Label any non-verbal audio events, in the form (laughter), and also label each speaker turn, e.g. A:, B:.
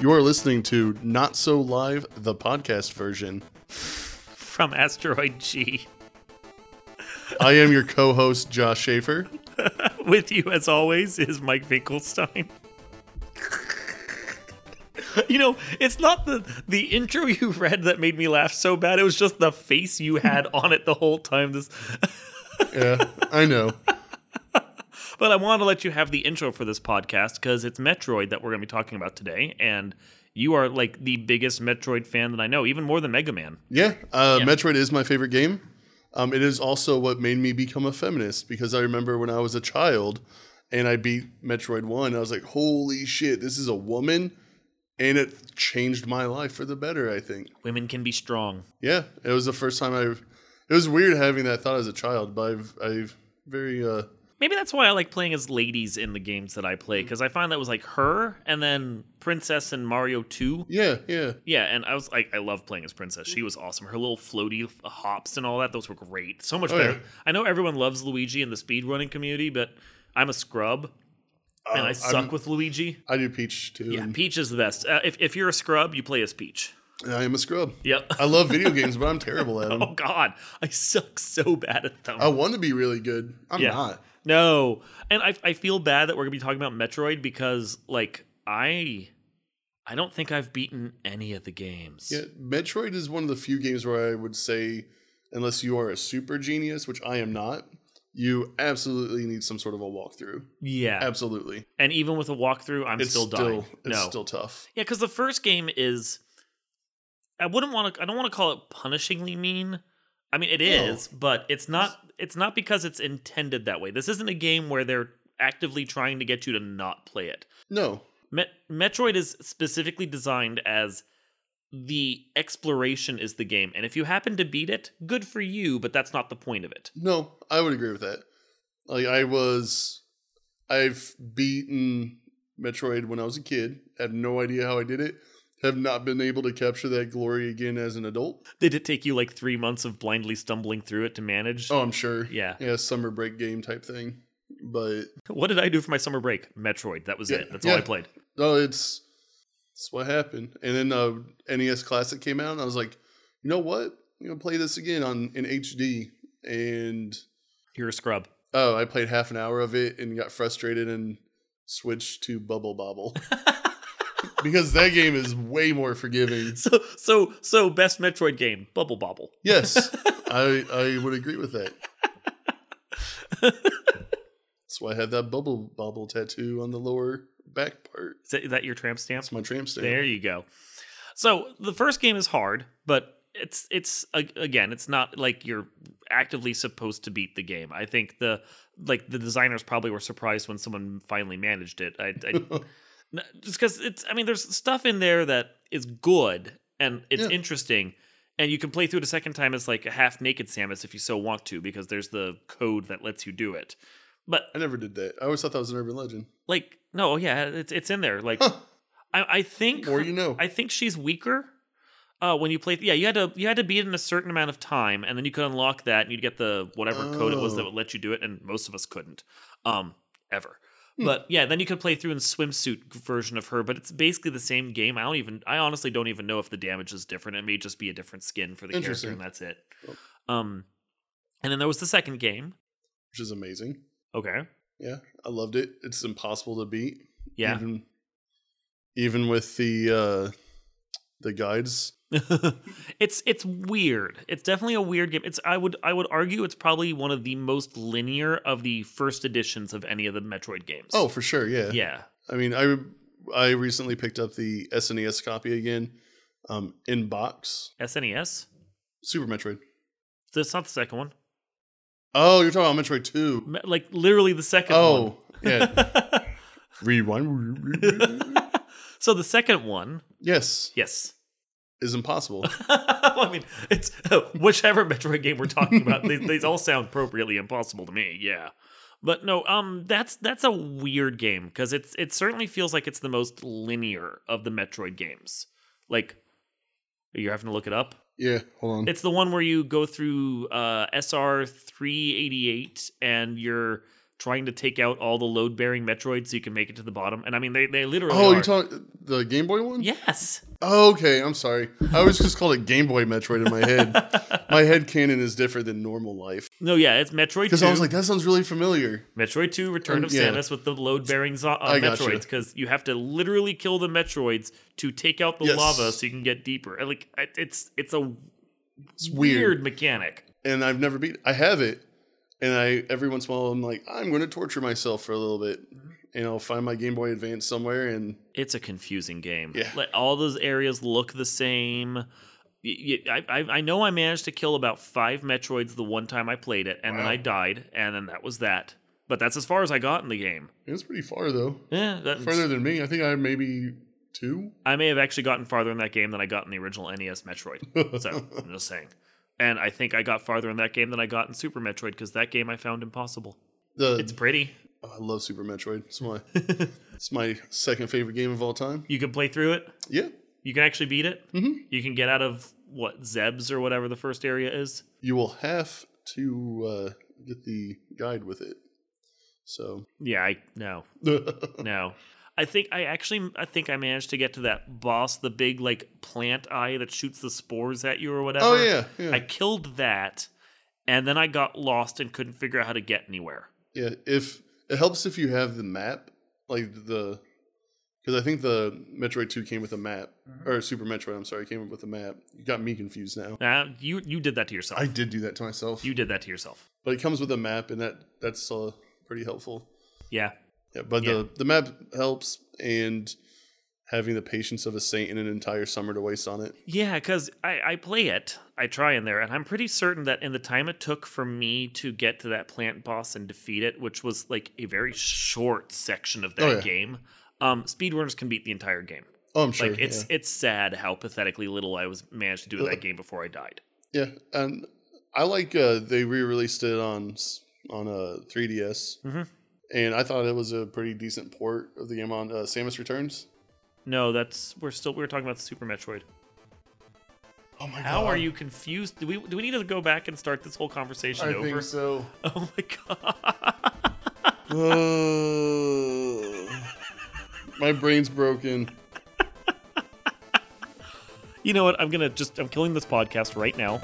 A: You're listening to Not So Live, the podcast version.
B: from Asteroid G.
A: I am your co host, Josh Schaefer.
B: With you, as always, is Mike Finkelstein. (laughs) you know, it's not the the intro you read that made me laugh so bad. It was just the face you had on it the whole time. This,
A: Yeah, (laughs) I know.
B: but I want to let you have the intro for this podcast because it's Metroid that we're going to be talking about today, and you are like the biggest Metroid fan that I know, even more than Mega Man.
A: Yeah, uh, Metroid is my favorite game. Um, it is also what made me become a feminist because I remember when I was a child and I beat Metroid 1, I was like, holy shit, this is a woman. And it changed my life for the better, I think.
B: Women can be strong.
A: Yeah, it was the first time I've. It was weird having that thought as a child, but I've, I've very. Uh,
B: Maybe that's why I like playing as ladies in the games that I
A: Mm.
B: play because I find that was like her and then Princess in Mario 2.
A: yeah, yeah.
B: Yeah, and I was like, I love playing as Princess.
A: Mm.
B: She was awesome. Her little floaty f- uh, hops and all that, those were great. So much
A: Oh,
B: better.
A: yeah.
B: I know everyone loves Luigi in the speedrunning community, but I'm a scrub and
A: Uh,
B: I suck
A: I'm- Mm.
B: with Luigi.
A: I do Peach too.
B: Yeah,
A: and-
B: Peach is the best. Uh, if, if you're a scrub, you play as Peach.
A: and I am a scrub.
B: Yep.
A: I love video games, but I'm terrible at (laughs) them.
B: (laughs) oh, God. I suck so bad at them.
A: I want to be really good. I'm
B: Yeah.
A: not.
B: No. And I I feel bad that we're gonna be talking about Metroid because like I I don't think I've beaten any of the games.
A: Yeah, Metroid is one of the few games where I would say, unless you are a super genius, which I am not, you absolutely need some sort of a walkthrough.
B: Yeah.
A: Absolutely,
B: And even with a walkrough, I'm
A: it's
B: still dying.
A: it's
B: no.
A: still tough.
B: yeah, because the first game is I wouldn't want to I don't want to call it punishingly mean. I mean it
A: No.
B: is, but it's not it's not because it's intended that way. This isn't a game where they're actively trying to get you to not play it.
A: No,
B: Me- Metroid is specifically designed as the exploration is the game, and if you happen to beat it, good for you. But that's not the point of it. (laughs)
A: no, I would agree with that. Like I was, I've beaten Metroid when I was a kid. Have no idea how I did it. Have not been able to capture that glory again as an adult.
B: Did it take you like three months of blindly stumbling through it to manage?
A: Oh, I'm sure.
B: Yeah.
A: yeah, summer break game type thing. But
B: What did I do for my summer break? Metroid. That was
A: Yeah,
B: it. That's all
A: yeah.
B: I played.
A: no, it's it's what happened. And then uh, NES Classic came out, and I was like, you know what? I'm gonna play this again on in HD. And
B: You're a scrub. (laughs)
A: oh, I played half an hour of it and got frustrated and switched to Bubble Bobble because that game is way more forgiving.
B: So so so best Metroid game. Bubble bobble.
A: Yes, I I would agree with that. That's why I had that Bubble Bobble tattoo on the lower back part.
B: Is that, is that your tramp stamp?
A: That's my tramp stamp.
B: There you go. So the first game is hard, but it's it's a- again, it's not like you're actively supposed to beat the game. I think the like the designers probably were surprised when someone finally managed it. I,
A: (laughs)
B: I n- just because it's I mean, there's stuff in there that is good and it's
A: Yeah.
B: interesting. And you can play through it a second time as like a half naked Samus if you so want to, because there's the code that lets you do it. But
A: I never did that. I always thought that was an urban legend. (laughs)
B: like, no, yeah, it's it's in there. Like,
A: Huh.
B: I, I think
A: More you know.
B: I think she's weaker. Uh, when you play, yeah, you had to you had to beat it in a certain amount of time, and then you could unlock that, and you'd get the whatever code it was that
A: Oh.
B: would let you do it, and most of us couldn't, um, ever.
A: Hmm.
B: But yeah, then you could play through in swimsuit version of her, but it's basically the same game. I don't even, I honestly don't even know if the damage is different. It may just be a different skin for the character,
A: Interesting.
B: and that's it.
A: Yep.
B: Um, and then there was the second game.
A: which is amazing.
B: Okay,
A: Yeah, I loved it. It's impossible to beat.
B: yeah,
A: Even, even with the uh the guides.
B: (laughs) it's it's weird. It's definitely a weird game. It's I would I would argue it's probably one of the most linear of the first editions of any of the Metroid games.
A: Oh, for sure. Yeah.
B: yeah.
A: I mean, I I recently picked up the SNES copy again, um, in box
B: SNES.
A: Super Metroid.
B: That's not the second one.
A: Oh, you're talking about Metroid Two.
B: Me- Like literally the second
A: Oh,
B: one.
A: (laughs)
B: (laughs)
A: yeah. Rewind.
B: so the second one,
A: yes,
B: yes.
A: is
B: (laughs)
A: impossible.
B: well, I mean, it's (laughs) whichever Metroid game we're talking about. they, they all sound appropriately impossible to me. Yeah, but no, um, that's that's a weird game because it's it certainly feels like it's the most linear of the Metroid games. Like, you're having to look it up.
A: Yeah. Hold on.
B: It's the one where you go through uh, SR three eighty eight and you're trying to take out all the load bearing Metroids so you can make it to the bottom. And I mean, they they literally.
A: Oh,
B: are.
A: you talking the Game Boy one?
B: Yes.
A: Oh, okay, I'm sorry. I always just called it Game Boy Metroid in my head. my head canon is different than normal life
B: No, yeah, it's Metroid
A: because
B: Two.
A: I was like, that sounds really familiar.
B: Metroid Two: Return
A: Um,
B: of
A: yeah.
B: Samus with the load bearing zo- uh,
A: I gotcha.
B: Metroids because you have to literally kill the Metroids to take out the
A: Yes.
B: lava so you can get deeper. And, Like it- it's it's a
A: It's
B: weird,
A: weird,
B: mechanic.
A: and I've never beat. It. I have it, and I every once in a while I'm like, I'm going to torture myself for a little bit, and I'll find my Game Boy Advance somewhere, and
B: It's a confusing game.
A: Yeah.
B: Like all those areas look the same. Y- y- I, I- I know I managed to kill about five Metroids the one time I played it, and then
A: Wow.
B: I died, and then that was that. But that's as far as I got in the game.
A: it was pretty far though.
B: Yeah, that's,
A: Further than me, I think I maybe two.
B: I may have actually gotten farther in that game than I got in the original NES Metroid. So I'm just saying. And I think I got farther in that game than I got in Super Metroid because that game I found impossible.
A: The
B: It's pretty.
A: oh, I love Super Metroid. It's my it's my second favorite game of all time.
B: You can play through it.
A: Yeah,
B: You can actually beat it.
A: Mhm.
B: You can get out of what Zeb's or whatever the first area is.
A: you will have to uh, get the guide with it. So (laughs) Oh,
B: Yeah, I no no. I think I actually I think I managed to get to that boss, the big like plant eye that shoots the spores at you or whatever.
A: oh yeah, yeah.
B: I killed that, and then I got lost and couldn't figure out how to get anywhere.
A: Yeah, if it helps if you have the map, like the, because I think the Metroid Two came with a map,
B: Mm-hmm.
A: or Super Metroid. I'm sorry, came with a map. You got me confused now.
B: Nah, you you did that to yourself.
A: I did do that to myself,
B: you did that to yourself.
A: but it comes with a map, and that that's uh, pretty helpful.
B: Yeah.
A: Yeah, but
B: Yeah.
A: the the map helps, and having the patience of a saint in an entire summer to waste on it.
B: Yeah, because I, I play it, I try in there, and I'm pretty certain that in the time it took for me to get to that plant boss and defeat it, which was like a very short section of that
A: Oh, yeah.
B: game, um, speedrunners can beat the entire game.
A: Oh, I'm sure.
B: like it's it's sad how pathetically little I was managed to do in that game before I died.
A: yeah. yeah, and I like uh, they re-released it on s- on uh, a 3ds.
B: Mhm.
A: And I thought it was a pretty decent port of the game on uh, Samus Returns.
B: No, that's we're still we were talking about Super Metroid.
A: Oh my
B: How are you confused? Do we do we need to go back and start this whole conversation
A: I
B: over?
A: think so.
B: (laughs) Oh my god.
A: my brain's broken.
B: You know what? I'm gonna just I'm killing this podcast right now.